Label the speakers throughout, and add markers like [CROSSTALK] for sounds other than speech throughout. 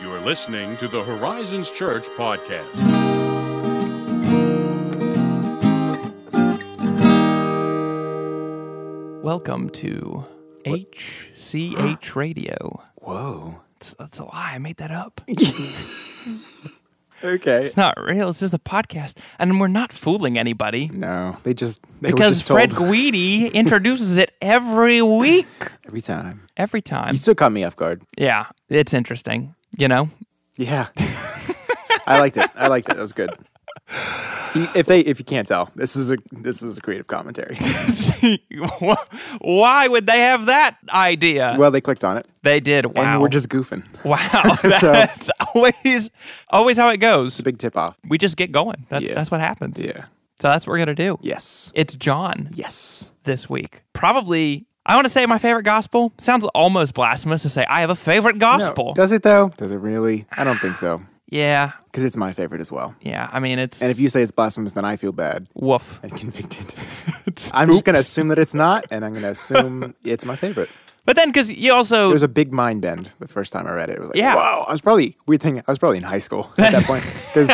Speaker 1: You are listening to the Horizons Church podcast.
Speaker 2: Welcome to HCH Radio.
Speaker 3: Whoa.
Speaker 2: It's, that's a lie. I made that up.
Speaker 3: Okay.
Speaker 2: It's not real. It's just a podcast, and we're not fooling anybody
Speaker 3: No, they just they were
Speaker 2: because
Speaker 3: just told
Speaker 2: Fred
Speaker 3: [LAUGHS]
Speaker 2: Guidi introduces it every week,
Speaker 3: every time.
Speaker 2: every time.
Speaker 3: You still caught me off guard.
Speaker 2: Yeah, it's interesting. You know, [LAUGHS]
Speaker 3: Yeah. [LAUGHS] I liked it. I liked it. That was good. You- If they if you can't tell, this is a this is a creative [LAUGHS] commentary.
Speaker 2: why would they have that idea?
Speaker 3: Well, they clicked on it.
Speaker 2: they did. Wow.
Speaker 3: And we're just goofing.
Speaker 2: [LAUGHS] wow.
Speaker 3: [LAUGHS]
Speaker 2: [LAUGHS]
Speaker 3: So-
Speaker 2: That's always always how it goes.
Speaker 3: Big tip off.
Speaker 2: We just get going. That's
Speaker 3: Yeah.
Speaker 2: that's what happens.
Speaker 3: Yeah.
Speaker 2: So that's what we're gonna do.
Speaker 3: Yes.
Speaker 2: It's John.
Speaker 3: Yes.
Speaker 2: this week. Probably, I want to say my favorite gospel. Sounds almost blasphemous to say I have a favorite
Speaker 3: No.
Speaker 2: gospel.
Speaker 3: Does it though? Does it really? I don't think so.
Speaker 2: yeah,
Speaker 3: Because it's my favorite as well.
Speaker 2: yeah. I mean, it's
Speaker 3: And if you say it's blasphemous, then I feel bad
Speaker 2: woof.
Speaker 3: and [LAUGHS] convicted. I'm just gonna assume that it's not, and I'm gonna assume it's my favorite.
Speaker 2: But then, because you
Speaker 3: It
Speaker 2: also
Speaker 3: was a big mind bend the first time I read it. It was like,
Speaker 2: Yeah.
Speaker 3: wow. I was probably weird thing. I was probably in high school at that
Speaker 2: [LAUGHS]
Speaker 3: point because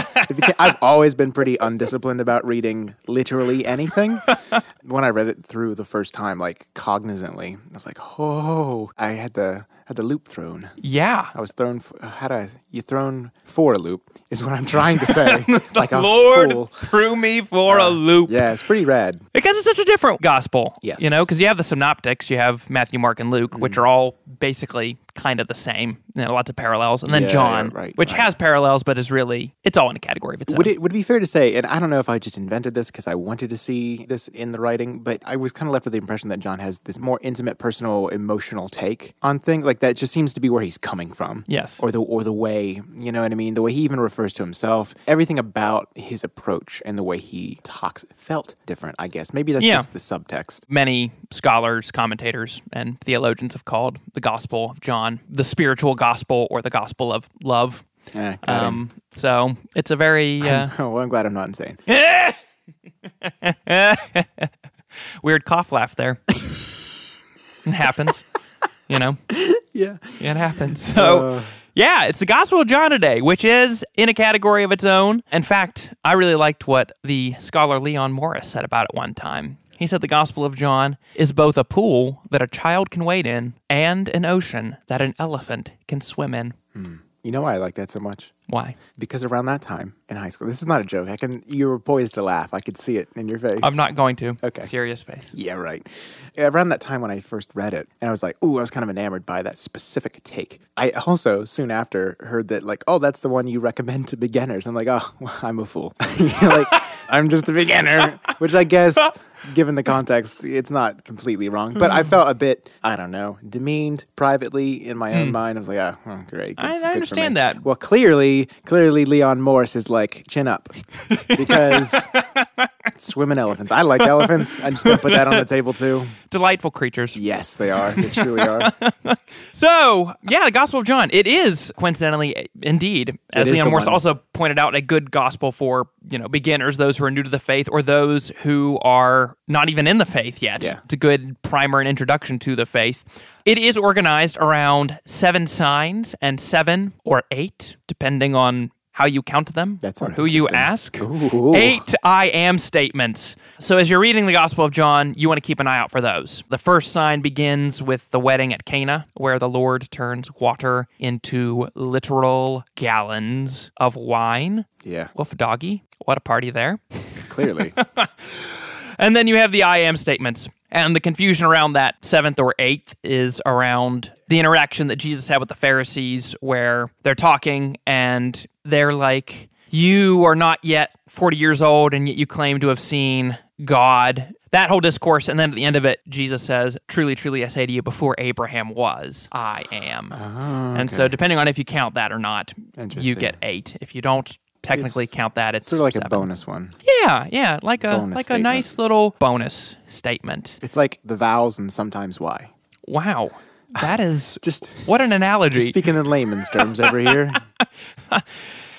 Speaker 3: I've always been pretty undisciplined about reading literally anything.
Speaker 2: [LAUGHS]
Speaker 3: when I read it through the first time, like cognizantly, I was like, oh, I had the had the loop thrown.
Speaker 2: yeah,
Speaker 3: I was thrown. For, how do I? You thrown for a loop is what I'm trying
Speaker 2: [LAUGHS]
Speaker 3: to say. [LAUGHS] like a
Speaker 2: Lord
Speaker 3: fool. Uh,
Speaker 2: threw me for a loop
Speaker 3: Yeah, it's pretty rad.
Speaker 2: because it's such a different gospel.
Speaker 3: Yes. Mm.
Speaker 2: you know, because you have the synoptics, you have Matthew, Mark, and Luke, which are all basically kind of the same. You know, lots of parallels, and then
Speaker 3: Yeah,
Speaker 2: John,
Speaker 3: right,
Speaker 2: which
Speaker 3: right.
Speaker 2: has parallels, but is really it's all in a category of its own.
Speaker 3: Would it would it be fair to say, and I don't know if I just invented this because I wanted to see this in the writing, but I was kind of left with the impression that John has this more intimate, personal, emotional take on things. Like that just seems to be where he's coming from.
Speaker 2: Yes.
Speaker 3: Or the or the way, you know what I mean? The way he even refers to himself, everything about his approach and the way he talks felt different, I guess. Maybe that's
Speaker 2: Yeah.
Speaker 3: just the subtext.
Speaker 2: many scholars, commentators, and theologians have called the Gospel of John the spiritual gospel or the gospel of love.
Speaker 3: Eh, got him.
Speaker 2: Um, so it's a very uh,
Speaker 3: [LAUGHS] Oh, well, I'm glad I'm not insane.
Speaker 2: weird cough laugh there. [LAUGHS] it happens, you know.
Speaker 3: [LAUGHS] yeah.
Speaker 2: It happens. So, yeah, it's the Gospel of John today, which is in a category of its own. In fact, I really liked what the scholar Leon Morris said about it one time. He said the Gospel of John is both a pool that a child can wade in and an ocean that an elephant can swim in.
Speaker 3: You know why I like that so much?
Speaker 2: Why?
Speaker 3: Because around that time in high school, this is not a joke. I can you were poised to laugh. I could see it in your face.
Speaker 2: I'm not going to.
Speaker 3: Okay.
Speaker 2: Serious face.
Speaker 3: Yeah, right. Around that time when I first read it, and I was like, "Ooh, I was kind of enamored by that specific take." I also soon after heard that, like, "Oh, that's the one you recommend to beginners." I'm like, "Oh, [LAUGHS] well, I'm a fool. like, I'm just a beginner," [LAUGHS] which I guess, given the context, it's not completely wrong. But I felt a bit, I don't know, demeaned privately in my own mind. I was like, "Oh, well, great." Good,
Speaker 2: I- I
Speaker 3: good for me."
Speaker 2: understand that.
Speaker 3: Well, clearly, clearly, Leon Morris is like chin up
Speaker 2: [LAUGHS]
Speaker 3: because. Swimming elephants. I like elephants. I'm just gonna put that on the table too.
Speaker 2: Delightful creatures.
Speaker 3: Yes, they are. They
Speaker 2: [LAUGHS]
Speaker 3: truly are.
Speaker 2: So, yeah, the Gospel of John. It is coincidentally, indeed, as
Speaker 3: is
Speaker 2: Leon
Speaker 3: the
Speaker 2: Morse
Speaker 3: one.
Speaker 2: also pointed out, a good gospel for you know beginners, those who are new to the faith, or those who are not even in the faith yet.
Speaker 3: Yeah.
Speaker 2: It's a good primer and introduction to the faith. It is organized around seven signs and seven or eight, depending on how you count them
Speaker 3: That
Speaker 2: or
Speaker 3: sounds
Speaker 2: who you ask. Eight I am statements. So as you're reading the Gospel of John, you want to keep an eye out for those. The first sign begins with the wedding at Cana, where the Lord turns water into literal gallons of wine.
Speaker 3: Yeah,
Speaker 2: Woof doggy. What a party there. [LAUGHS]
Speaker 3: clearly.
Speaker 2: And then you have the I am statements. And the confusion around that seventh or eighth is around the interaction that Jesus had with the Pharisees, where they're talking and they're like, You are not yet 40 years old, and yet you claim to have seen God. That whole discourse. And then at the end of it, Jesus says, Truly, truly, I say to you, before Abraham was, I am. And so, depending on if you count that or not, you
Speaker 3: Ah, Interesting.
Speaker 2: get eight. If you don't technically count that, it's
Speaker 3: Sort of like
Speaker 2: seven.
Speaker 3: a bonus one.
Speaker 2: Yeah, yeah, like a
Speaker 3: Bonus
Speaker 2: like
Speaker 3: statement.
Speaker 2: a nice little bonus statement.
Speaker 3: It's like the vowels and sometimes why.
Speaker 2: Wow, that is
Speaker 3: [SIGHS] Just
Speaker 2: what an analogy.
Speaker 3: speaking in layman's terms
Speaker 2: [LAUGHS]
Speaker 3: over here.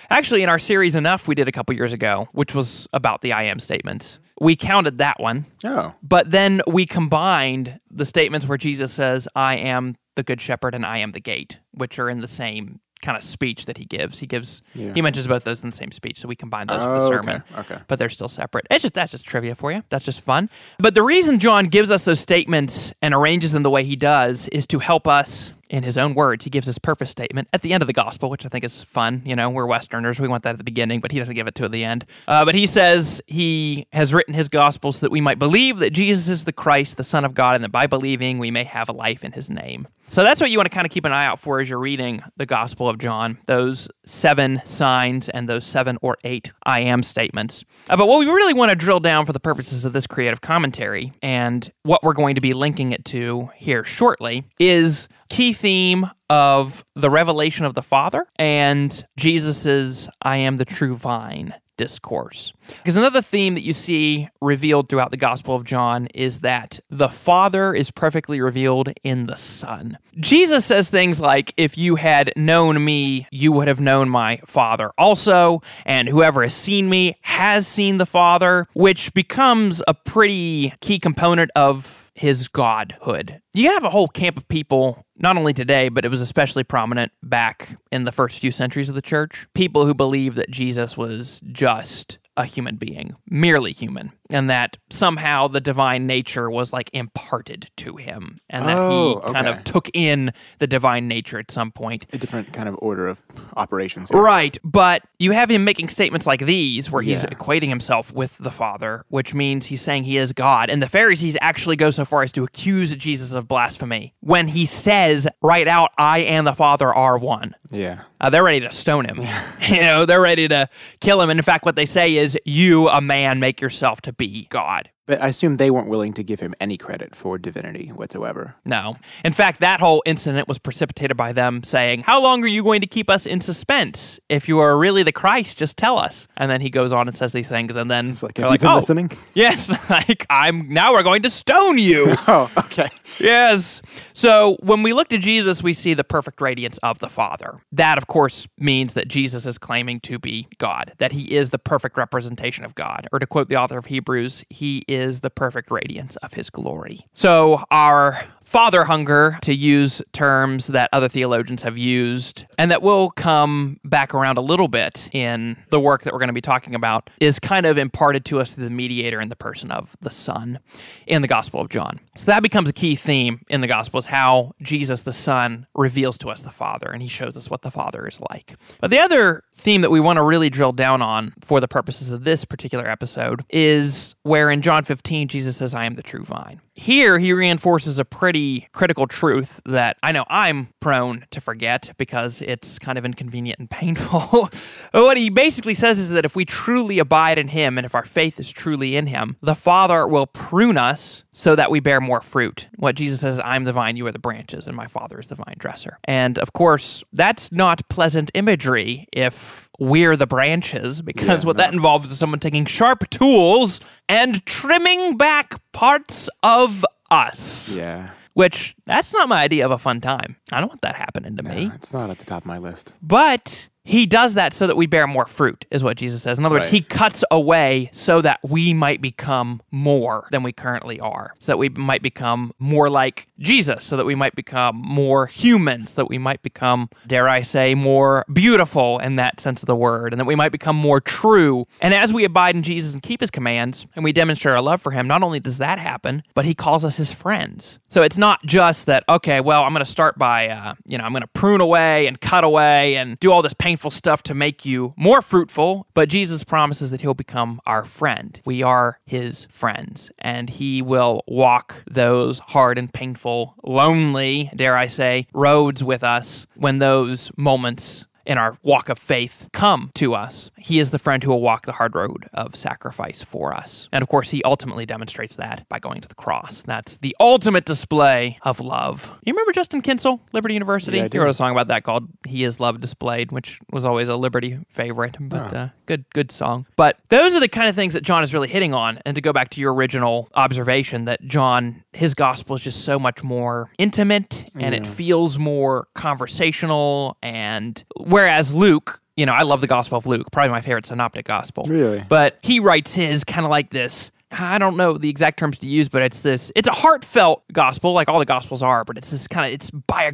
Speaker 2: Actually, in our series enough we did a couple years ago, which was about the I am statements, we counted that one,
Speaker 3: Oh,
Speaker 2: but then we combined the statements where Jesus says, "I am the good shepherd" and "I am the gate," which are in the same kind of speech that he gives. He gives
Speaker 3: Yeah.
Speaker 2: he mentions both those in the same speech, so we combine those for
Speaker 3: Oh,
Speaker 2: the
Speaker 3: okay,
Speaker 2: sermon.
Speaker 3: okay.
Speaker 2: But they're still separate. It's just that's just trivia for you. That's just fun. But the reason John gives us those statements and arranges them the way he does is to help us in his own words. He gives his purpose statement at the end of the gospel, which I think is fun. You know, we're Westerners. We want that at the beginning, but he doesn't give it to at the end. Uh, but he says he has written his gospel so that we might believe that Jesus is the Christ, the Son of God, and that by believing we may have a life in his name. So that's what you want to kind of keep an eye out for as you're reading the Gospel of John, those seven signs and those seven or eight I am statements. Uh, but what we really want to drill down for the purposes of this creative commentary and what we're going to be linking it to here shortly is key theme of the revelation of the Father and Jesus's I am the true vine discourse. Because another theme that you see revealed throughout the Gospel of John is that the Father is perfectly revealed in the Son. Jesus says things like, If you had known me, you would have known my Father also, and whoever has seen me has seen the Father, which becomes a pretty key component of his godhood. You have a whole camp of people, not only today, but it was especially prominent back in the first few centuries of the church. People who believed that Jesus was just a human being, merely human, and that somehow the divine nature was like imparted to him, and that
Speaker 3: Oh,
Speaker 2: he kind
Speaker 3: okay.
Speaker 2: of took in the divine nature at some point.
Speaker 3: A different kind of order of operations. here.
Speaker 2: Right, but you have him making statements like these where he's
Speaker 3: Yeah.
Speaker 2: equating himself with the Father, which means he's saying he is God. And the Pharisees actually go so far as to accuse Jesus of blasphemy when he says right out, I and the Father are one.
Speaker 3: Yeah.
Speaker 2: Uh, they're ready to stone him. [LAUGHS] you know, they're ready to kill him. And in fact, what they say is, You, a man, make yourself to be God.
Speaker 3: But I assume they weren't willing to give him any credit for divinity whatsoever.
Speaker 2: No. In fact, that whole incident was precipitated by them saying, How long are you going to keep us in suspense? If you are really the Christ, just tell us. And then he goes on and says these things, and then
Speaker 3: It's like,
Speaker 2: they're
Speaker 3: have you been
Speaker 2: "Oh,
Speaker 3: listening?
Speaker 2: Yes, [LAUGHS] like I'm now we're going to stone
Speaker 3: [LAUGHS]
Speaker 2: you.
Speaker 3: Oh, okay.
Speaker 2: [LAUGHS] yes. So when we look to Jesus, we see the perfect radiance of the Father. That, of course, means that Jesus is claiming to be God, that he is the perfect representation of God. Or to quote the author of Hebrews, he is the perfect radiance of his glory. So our father hunger, to use terms that other theologians have used, and that will come back around a little bit in the work that we're going to be talking about, is kind of imparted to us through the mediator in the person of the Son in the Gospel of John. So that becomes a key theme in the Gospel is how Jesus the Son reveals to us the Father and he shows us what the Father is like. But the other theme that we want to really drill down on for the purposes of this particular episode is where in John 15, Jesus says, I am the true vine. Here, he reinforces a pretty critical truth that I know I'm prone to forget because it's kind of inconvenient and painful. [LAUGHS] what he basically says is that if we truly abide in him and if our faith is truly in him, the Father will prune us so that we bear more fruit. What Jesus says, I'm the vine, you are the branches, and my Father is the vine dresser. And of course, that's not pleasant imagery if we're the branches, because what that involves is someone taking sharp tools and trimming back parts of us.
Speaker 3: Yeah.
Speaker 2: Which that's not my idea of a fun time. I don't want that happening to me.
Speaker 3: It's not at the top of my list.
Speaker 2: But he does that so that we bear more fruit, is what Jesus says. In other words,
Speaker 3: Right.
Speaker 2: he cuts away so that we might become more than we currently are, so that we might become more like Jesus, so that we might become more human, so that we might become, dare I say, more beautiful in that sense of the word, and that we might become more true. And as we abide in Jesus and keep his commands, and we demonstrate our love for him, not only does that happen, but he calls us his friends. So it's not just that, okay, well, I'm going to start by, uh, you know, I'm going to prune away and cut away and do all this painful stuff to make you more fruitful. But Jesus promises that he'll become our friend. We are his friends, and he will walk those hard and painful, lonely, dare I say, roads with us when those moments in our walk of faith come to us. He is the friend who will walk the hard road of sacrifice for us. And of course, he ultimately demonstrates that by going to the cross. That's the ultimate display of love. You remember Justin Kinsel, Liberty University?
Speaker 3: Yeah, I
Speaker 2: he
Speaker 3: do.
Speaker 2: wrote a song about that called He is Love Displayed, which was always a Liberty favorite, but uh, good good song. But those are the kind of things that John is really hitting on. And to go back to your original observation that John his gospel is just so much more intimate and it feels more conversational and whereas Luke you know, I love the Gospel of Luke, probably my favorite synoptic gospel.
Speaker 3: Really?
Speaker 2: But he writes his kind of like this I don't know the exact terms to use, but it's this. It's a heartfelt gospel, like all the gospels are, but it's this kind of it's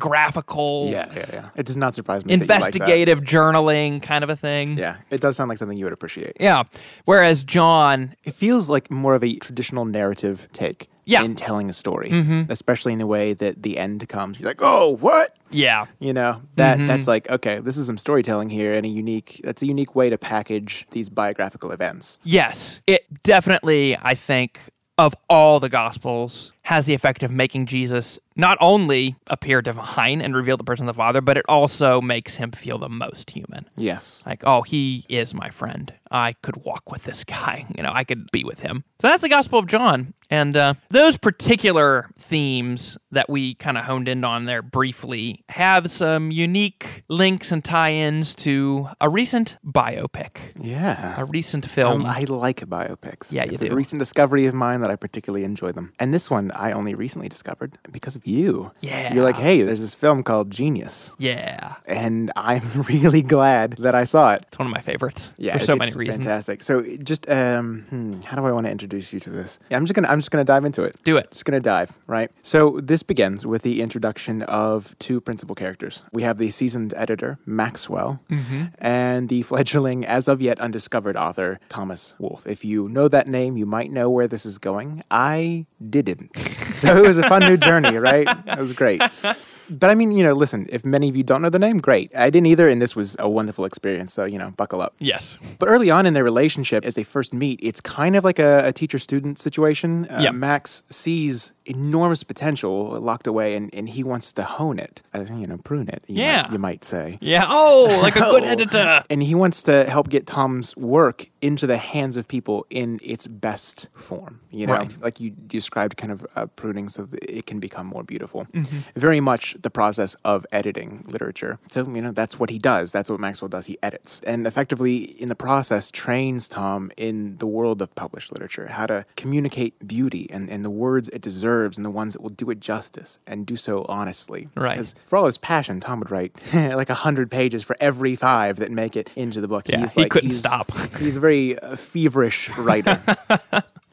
Speaker 2: biographical,
Speaker 3: Yeah, yeah, yeah. It does not surprise me. that you like that.
Speaker 2: investigative journaling kind of a thing.
Speaker 3: Yeah, it does sound like something you would appreciate.
Speaker 2: Yeah. Whereas John,
Speaker 3: It feels like more of a traditional narrative take
Speaker 2: Yeah.
Speaker 3: in telling a story, especially in the way that the end comes. You're like, oh, what?
Speaker 2: yeah,
Speaker 3: You know that that's like okay, this is some storytelling here, and a unique that's a unique way to package these biographical events.
Speaker 2: yes, it definitely, I think, of all the gospels, has the effect of making Jesus not only appear divine and reveal the person of the Father, but it also makes him feel the most human.
Speaker 3: Yes,
Speaker 2: Like, oh, he is my friend. I could walk with this [LAUGHS] guy. You know, I could be with him. So that's the Gospel of John. And uh, those particular themes that we kind of honed in on there briefly have some unique links and tie ins to a recent biopic,
Speaker 3: yeah.
Speaker 2: a recent
Speaker 3: Um,
Speaker 2: film.
Speaker 3: I like biopics.
Speaker 2: Yeah, you
Speaker 3: it's
Speaker 2: do.
Speaker 3: a recent discovery of mine that I particularly enjoy them. And this one I only recently discovered because of you.
Speaker 2: Yeah.
Speaker 3: You're like, hey, there's this film called Genius,
Speaker 2: yeah.
Speaker 3: and I'm [LAUGHS] really glad that I saw it.
Speaker 2: It's one of my favorites
Speaker 3: Yeah,
Speaker 2: for so
Speaker 3: it's
Speaker 2: many reasons.
Speaker 3: Fantastic. So just um, hmm, how do I want to introduce you to this? Yeah, I'm just gonna I'm just gonna dive into it.
Speaker 2: Do it.
Speaker 3: Just gonna dive right. So this begins with the introduction of two principal characters. We have the seasoned editor Maxwell
Speaker 2: Mm-hmm.
Speaker 3: and the [LAUGHS] fledgling, as of yet undiscovered author Thomas Wolfe. If you know that name, you might know where this is going. I didn't.
Speaker 2: [LAUGHS]
Speaker 3: so it was a fun new journey, right? It was great. But I mean, you know, listen, if many of you don't know the name, great. I didn't either, and this was a wonderful experience. So, you know, buckle up.
Speaker 2: Yes.
Speaker 3: But early on in their relationship, as they first meet, it's kind of like a, a teacher student situation. Uh,
Speaker 2: Yeah.
Speaker 3: Max sees enormous potential locked away and, and he wants to hone it, uh, you know, prune it, you
Speaker 2: Yeah.
Speaker 3: might, you might say.
Speaker 2: Yeah. Oh,
Speaker 3: [LAUGHS]
Speaker 2: like a good editor.
Speaker 3: And he wants to help get Tom's work into the hands of people in its best form. You know,
Speaker 2: Right.
Speaker 3: like you described, kind of uh, pruning so that it can become more beautiful. Very much the process of editing literature. So you know that's what he does. That's what Maxwell does. He edits and effectively in the process trains Tom in the world of published literature, how to communicate beauty and, and the words it deserves and the ones that will do it justice and do so honestly.
Speaker 2: Right.
Speaker 3: 'Cause for all his passion, Tom would write [LAUGHS] like a hundred pages for every five that make it into the book.
Speaker 2: Yeah, he couldn't
Speaker 3: he's-
Speaker 2: stop.
Speaker 3: [LAUGHS] he's a very uh, feverish
Speaker 2: [LAUGHS]
Speaker 3: writer.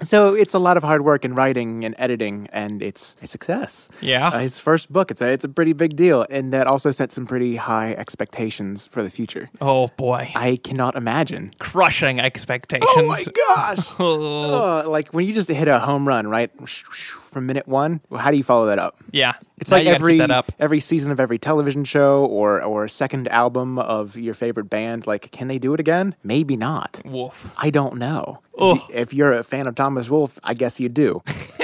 Speaker 3: So it's a lot of hard work in writing and editing, and it's a success.
Speaker 2: Yeah.
Speaker 3: Uh, his first book, it's a, it's a pretty big deal, and that also sets some pretty high expectations for the future.
Speaker 2: Oh, boy.
Speaker 3: I cannot imagine.
Speaker 2: Crushing expectations.
Speaker 3: Oh my gosh!
Speaker 2: [LAUGHS] Oh.
Speaker 3: Oh, like when you just hit a home run, right? From minute one, well, how do you follow that up?
Speaker 2: Yeah.
Speaker 3: It's
Speaker 2: Now
Speaker 3: like
Speaker 2: you gotta keep
Speaker 3: every
Speaker 2: that up.
Speaker 3: every season of every television show or or second album of your favorite band. Like, can they do it again? Maybe not.
Speaker 2: Wolf.
Speaker 3: I don't know.
Speaker 2: Ugh.
Speaker 3: D- if you're a fan of Thomas Wolfe, I guess you do. [LAUGHS]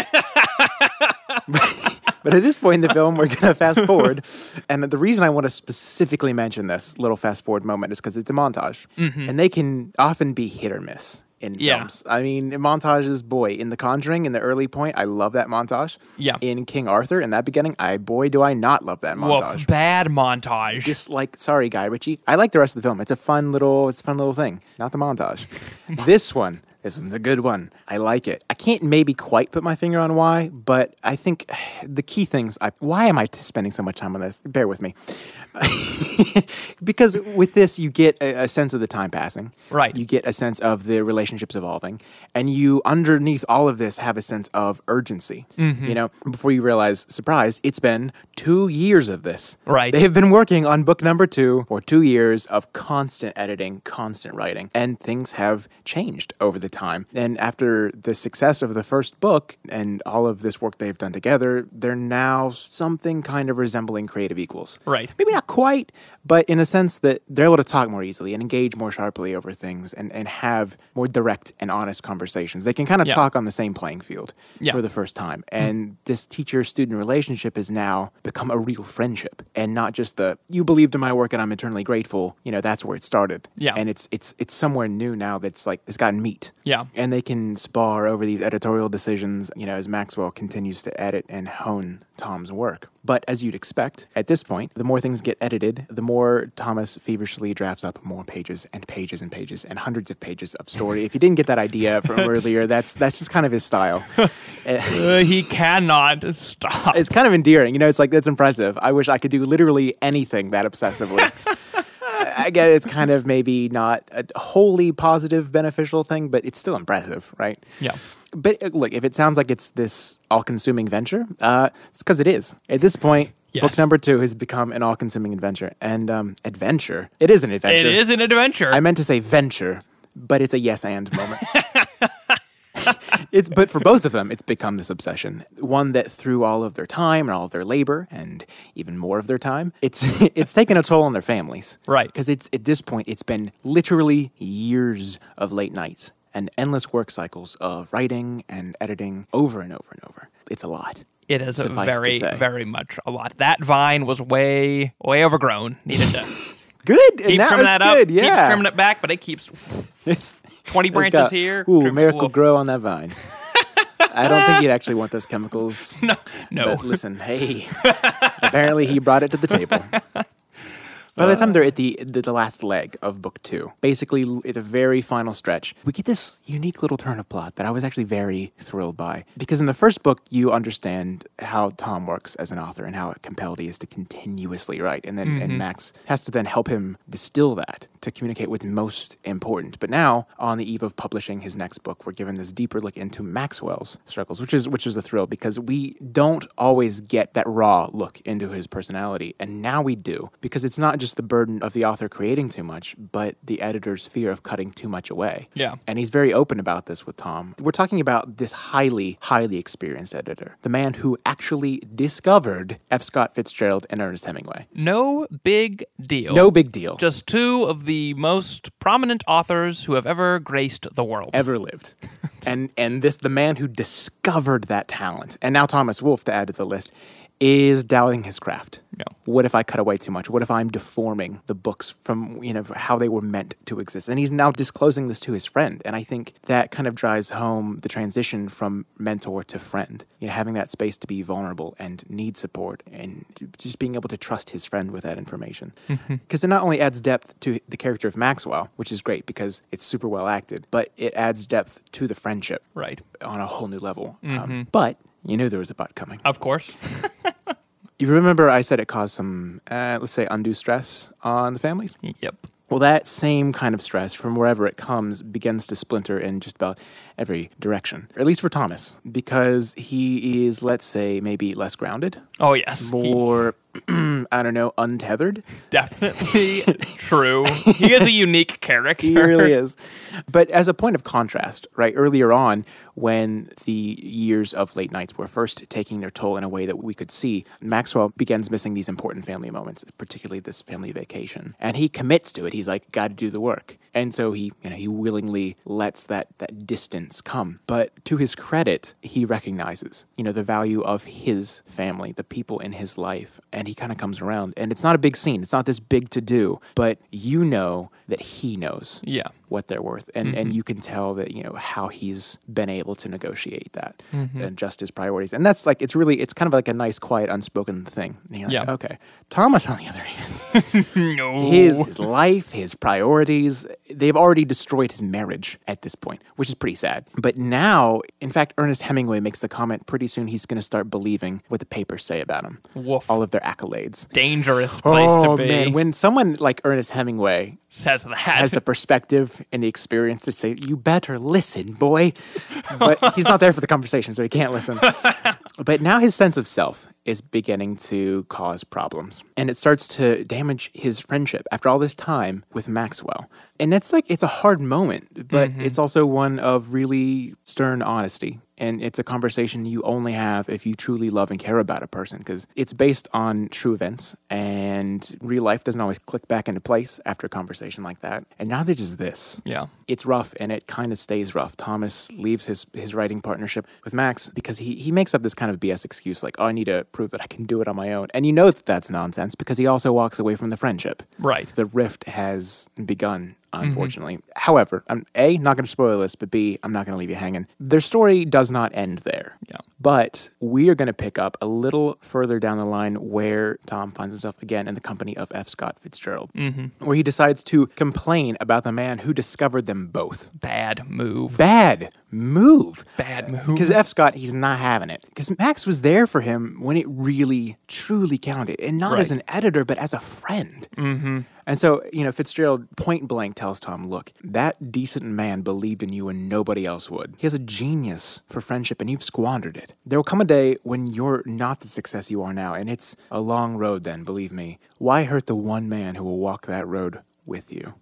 Speaker 3: but at this point in the film, we're going to fast forward. And the reason I want to specifically mention this little fast forward moment is because it's a montage. And they can often be hit or miss in
Speaker 2: Mm-hmm. Yeah.
Speaker 3: films. I mean, montages, boy, in The Conjuring, in the early point, I love that montage.
Speaker 2: Yeah.
Speaker 3: In King Arthur, in that beginning, I, boy, do I not love that
Speaker 2: Well,
Speaker 3: montage.
Speaker 2: f- bad montage. [LAUGHS]
Speaker 3: Just like, sorry, Guy Ritchie. I like the rest of the film. It's a fun little, it's a fun little thing. Not
Speaker 2: [LAUGHS]
Speaker 3: the montage. this one, this one's a good one. I like it. I can't maybe quite put my finger on why, but I think [SIGHS] the key things. I why am I t- spending so much time on this? Bear with me, [LAUGHS] because with this you get a, a sense of the time passing.
Speaker 2: Right.
Speaker 3: You get a sense of the relationships evolving, and you underneath all of this have a sense of urgency.
Speaker 2: Mm-hmm.
Speaker 3: You know, before you realize, surprise, it's been two years of this.
Speaker 2: Right.
Speaker 3: They have been working on book number two for two years of constant editing, constant writing, and things have changed over the time. And after the success of the first book and all of this work they've done together, they're now something kind of resembling creative equals.
Speaker 2: Right.
Speaker 3: Maybe not quite, but in a sense that they're able to talk more easily and engage more sharply over things and, and have more direct and honest conversations. They can kind of
Speaker 2: Yeah.
Speaker 3: talk on the same playing field
Speaker 2: Yeah. Hmm.
Speaker 3: for the first time. And this teacher student relationship has now become a real friendship and not just the you believed in my work and I'm eternally grateful. You know, that's where it started.
Speaker 2: Yeah.
Speaker 3: And it's it's it's somewhere new now that's like it's gotten meat.
Speaker 2: Yeah.
Speaker 3: And they can spar over these editorial decisions, you know, as Maxwell continues to edit and hone Tom's work. But as you'd expect, at this point, the more things get edited, the more Thomas feverishly drafts up more pages and pages and pages and hundreds of pages of story. if you didn't get that idea from earlier, that's that's just kind of his style. Eh,
Speaker 2: Uh, he cannot stop.
Speaker 3: it's kind of endearing, you know. It's like that's impressive. I wish I could do literally anything that obsessively. I I I get it's kind of maybe not a wholly positive, beneficial thing, but it's still impressive, right?
Speaker 2: Yeah.
Speaker 3: But uh, look, if it sounds like it's this all-consuming venture, uh, it's because it is. At this point, book
Speaker 2: Yes.
Speaker 3: number two has become an all-consuming adventure, and um, adventure. It is an
Speaker 2: It
Speaker 3: adventure.
Speaker 2: is an adventure.
Speaker 3: I meant to say venture, but it's a yes and moment. it's but for both of them, it's become this obsession. One that through all of their time and all of their labor and even more of their time, it's [LAUGHS] it's taken a toll on their families.
Speaker 2: Right.
Speaker 3: Because it's at this point it's been literally years of late nights and endless work cycles of writing and editing over and over and over. It's a lot.
Speaker 2: It is a
Speaker 3: Suffice to
Speaker 2: very,
Speaker 3: say.
Speaker 2: very much a lot. That vine was way, way overgrown. Needed
Speaker 3: [LAUGHS]
Speaker 2: to
Speaker 3: Good. and
Speaker 2: keep
Speaker 3: that
Speaker 2: trimming
Speaker 3: was
Speaker 2: that up.
Speaker 3: good. Yeah.
Speaker 2: Keeps trimming it back, but it keeps
Speaker 3: [LAUGHS] It's
Speaker 2: 20
Speaker 3: it's
Speaker 2: branches here,
Speaker 3: Ooh,
Speaker 2: trim-
Speaker 3: miracle
Speaker 2: woof.
Speaker 3: grow on that vine. I don't think you'd actually want those chemicals. No,
Speaker 2: [LAUGHS] no.
Speaker 3: But listen, hey, apparently he brought it to the table. By the time they're at the, the the last leg of book two, basically l- at the very final stretch, we get this unique little turn of plot that I was actually very thrilled by. Because in the first book, you understand how Tom works as an author and how compelled he is to continuously write, and then
Speaker 2: Mm-hmm.
Speaker 3: and Max has to then help him distill that to communicate what's most important. But now, on the eve of publishing his next book, we're given this deeper look into Maxwell's struggles, which is which is a thrill because we don't always get that raw look into his personality, and now we do because it's not just the burden of the author creating too much, but the editor's fear of cutting too much away.
Speaker 2: Yeah.
Speaker 3: And he's very open about this with Tom. We're talking about this highly, highly experienced editor, the man who actually discovered F. Scott Fitzgerald and Ernest Hemingway.
Speaker 2: no big deal.
Speaker 3: No big deal.
Speaker 2: Just two of the most prominent authors who have ever graced the world.
Speaker 3: ever lived. and and this the man who discovered that talent, and now Thomas Wolfe to add to the list, is doubting his craft.
Speaker 2: Yeah.
Speaker 3: What if I cut away too much? What if I'm deforming the books from you know how they were meant to exist? And he's now disclosing this to his friend, and I think that kind of drives home the transition from mentor to friend. You know, having that space to be vulnerable and need support, and just being able to trust his friend with that information, because it not only adds depth to the character of Maxwell, which is great because it's super well acted, but it adds depth to the friendship
Speaker 2: Right.
Speaker 3: on a whole new level. Um, but you knew there was a butt coming.
Speaker 2: Of course. [LAUGHS]
Speaker 3: You remember I said it caused some, uh, let's say, undue stress on the families?
Speaker 2: yep.
Speaker 3: Well, that same kind of stress from wherever it comes begins to splinter in just about every direction, at least for Thomas, because he is, let's say, maybe less grounded,
Speaker 2: Oh, yes. He-
Speaker 3: more, [CLEARS THROAT] I don't know, untethered.
Speaker 2: definitely [LAUGHS] true. He is a unique character.
Speaker 3: [LAUGHS] He really is. But as a point of contrast, right, earlier on, when the years of late nights were first taking their toll in a way that we could see, Maxwell begins missing these important family moments, particularly this family vacation. And he commits to it. He's like, gotta do the work. And so he, you know, he willingly lets that that distance come. But to his credit, he recognizes, you know, the value of his family, the people in his life, and he kind of comes around. And it's not a big scene. It's not this big to do, but you know that he knows
Speaker 2: Yeah. Mm-hmm.
Speaker 3: what they're worth and and you can tell that you know how he's been able to negotiate that
Speaker 2: Mm-hmm.
Speaker 3: and adjust his priorities and that's like it's really it's kind of like a nice quiet unspoken thing And you're like,
Speaker 2: Yeah.
Speaker 3: okay thomas on the other hand
Speaker 2: No.
Speaker 3: his, his life his priorities they've already destroyed his marriage at this point which is pretty sad but now in fact ernest hemingway makes the comment pretty soon he's going to start believing what the papers say about him
Speaker 2: Woof.
Speaker 3: all of their accolades
Speaker 2: dangerous place
Speaker 3: oh
Speaker 2: to be.
Speaker 3: man when someone like ernest hemingway
Speaker 2: says that.
Speaker 3: has the perspective and the experience to say, "You better listen, boy," but he's not there for the conversation, so he can't listen. but now his sense of self is beginning to cause problems, and it starts to damage his friendship after all this time with Maxwell. And that's like it's a hard moment, but
Speaker 2: Mm-hmm.
Speaker 3: it's also one of really stern honesty. And it's a conversation you only have if you truly love and care about a person because it's based on true events and real life doesn't always click back into place after a conversation like that. And now there's just this.
Speaker 2: [LAUGHS] yeah.
Speaker 3: It's rough and it kind of stays rough. Thomas leaves his, his writing partnership with Max because he, he makes up this kind of BS excuse like, oh, I need to prove that I can do it on my own. And you know that that's nonsense because he also walks away from the friendship.
Speaker 2: Right.
Speaker 3: The rift has begun, unfortunately. However, I'm A, not going to spoil this, but B, I'm not going to leave you hanging. Their story does not end there.
Speaker 2: Yeah.
Speaker 3: But we are going to pick up a little further down the line where Tom finds himself again in the company of F. Scott Fitzgerald, mm-hmm. where he decides to complain about the man who discovered them both.
Speaker 2: Bad move.
Speaker 3: Bad move.
Speaker 2: Bad move.
Speaker 3: Because F. Scott, he's not having it. Because Max was there for him when it really, truly counted, and not as
Speaker 2: Right.
Speaker 3: an editor, but as a friend. Mm-hmm. And so, you know, Fitzgerald point blank tells Tom, look, that decent man believed in you and nobody else would. He has a genius for friendship and you've squandered it. There will come a day when you're not the success you are now, and it's a long road then, believe me. Why hurt the one man who will walk that road with you?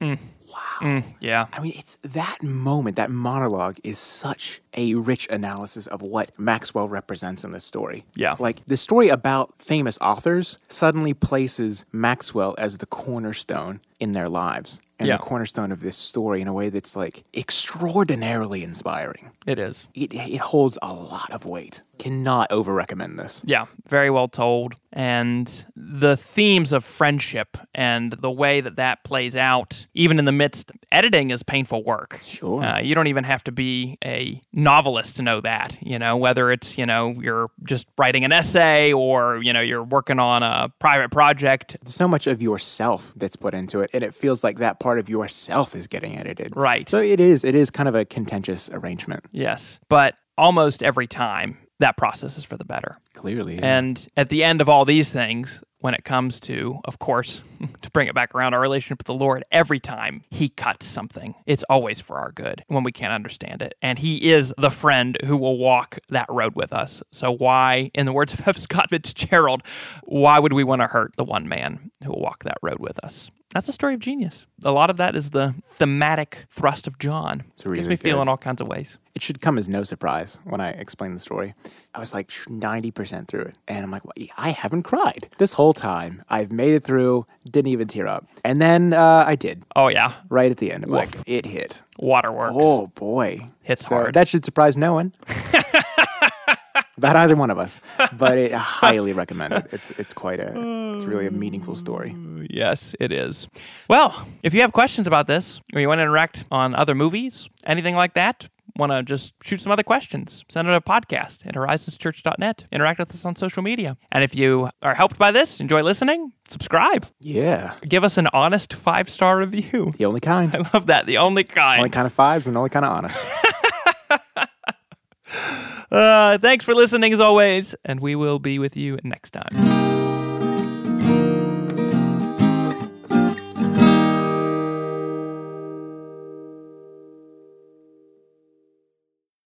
Speaker 2: Mm, Yeah.
Speaker 3: I mean, it's that moment, that monologue is such a rich analysis of what Maxwell represents in this story.
Speaker 2: Yeah.
Speaker 3: Like the story about famous authors suddenly places Maxwell as the cornerstone in their lives and
Speaker 2: Yeah.
Speaker 3: the cornerstone of this story in a way that's like extraordinarily inspiring.
Speaker 2: It is.
Speaker 3: It, it holds a lot of weight. Cannot over recommend this.
Speaker 2: Yeah, very well told. And the themes of friendship and the way that that plays out, even in the midst, editing is painful work.
Speaker 3: Sure.
Speaker 2: Uh, you don't even have to be a novelist to know that, you know, whether it's, you know, you're just writing an essay or, you know, you're working on a private project.
Speaker 3: There's so much of yourself that's put into it, and it feels like that part of yourself is getting edited.
Speaker 2: Right.
Speaker 3: So it is. It is kind of a contentious arrangement.
Speaker 2: Yes. But almost every time, that process is for the better.
Speaker 3: Clearly.
Speaker 2: And at the end of all these things, when it comes to, of course, [LAUGHS] to bring it back around our relationship with the Lord, every time he cuts something, it's always for our good when we can't understand it. And he is the friend who will walk that road with us. So, why, in the words of [LAUGHS] F. Scott Fitzgerald, why would we want to hurt the one man who will walk that road with us? That's the story of genius. A lot of that is the thematic thrust of John. Gets
Speaker 3: really
Speaker 2: me feeling
Speaker 3: good.
Speaker 2: all kinds of ways.
Speaker 3: it should come as no surprise when I explain the story. I was like 90% through it. And I'm like, well, I haven't cried this whole time. I've made it through, didn't even tear up. And then uh, I did
Speaker 2: Oh, yeah.
Speaker 3: right at the end. I'm like, it hit.
Speaker 2: Waterworks.
Speaker 3: Oh, boy.
Speaker 2: Hits hard.
Speaker 3: That should surprise
Speaker 2: [LAUGHS]
Speaker 3: no one. About either one of us, but it, I highly recommend it. It's it's quite a it's really a meaningful story.
Speaker 2: Oh. Yes, it is. Well, if you have questions about this or you want to interact on other movies, anything like that, want to just shoot some other questions, send it to podcast at horizonschurch.net. Interact with us on social media. And if you are helped by this, enjoy listening, subscribe,
Speaker 3: Yeah,
Speaker 2: give us an honest five star review. [LAUGHS]
Speaker 3: the only kind,
Speaker 2: I love that. The only
Speaker 3: only
Speaker 2: kind.
Speaker 3: kind of fives, and only kind of honest.
Speaker 2: Uh, thanks for listening as always, and we will be with you next time.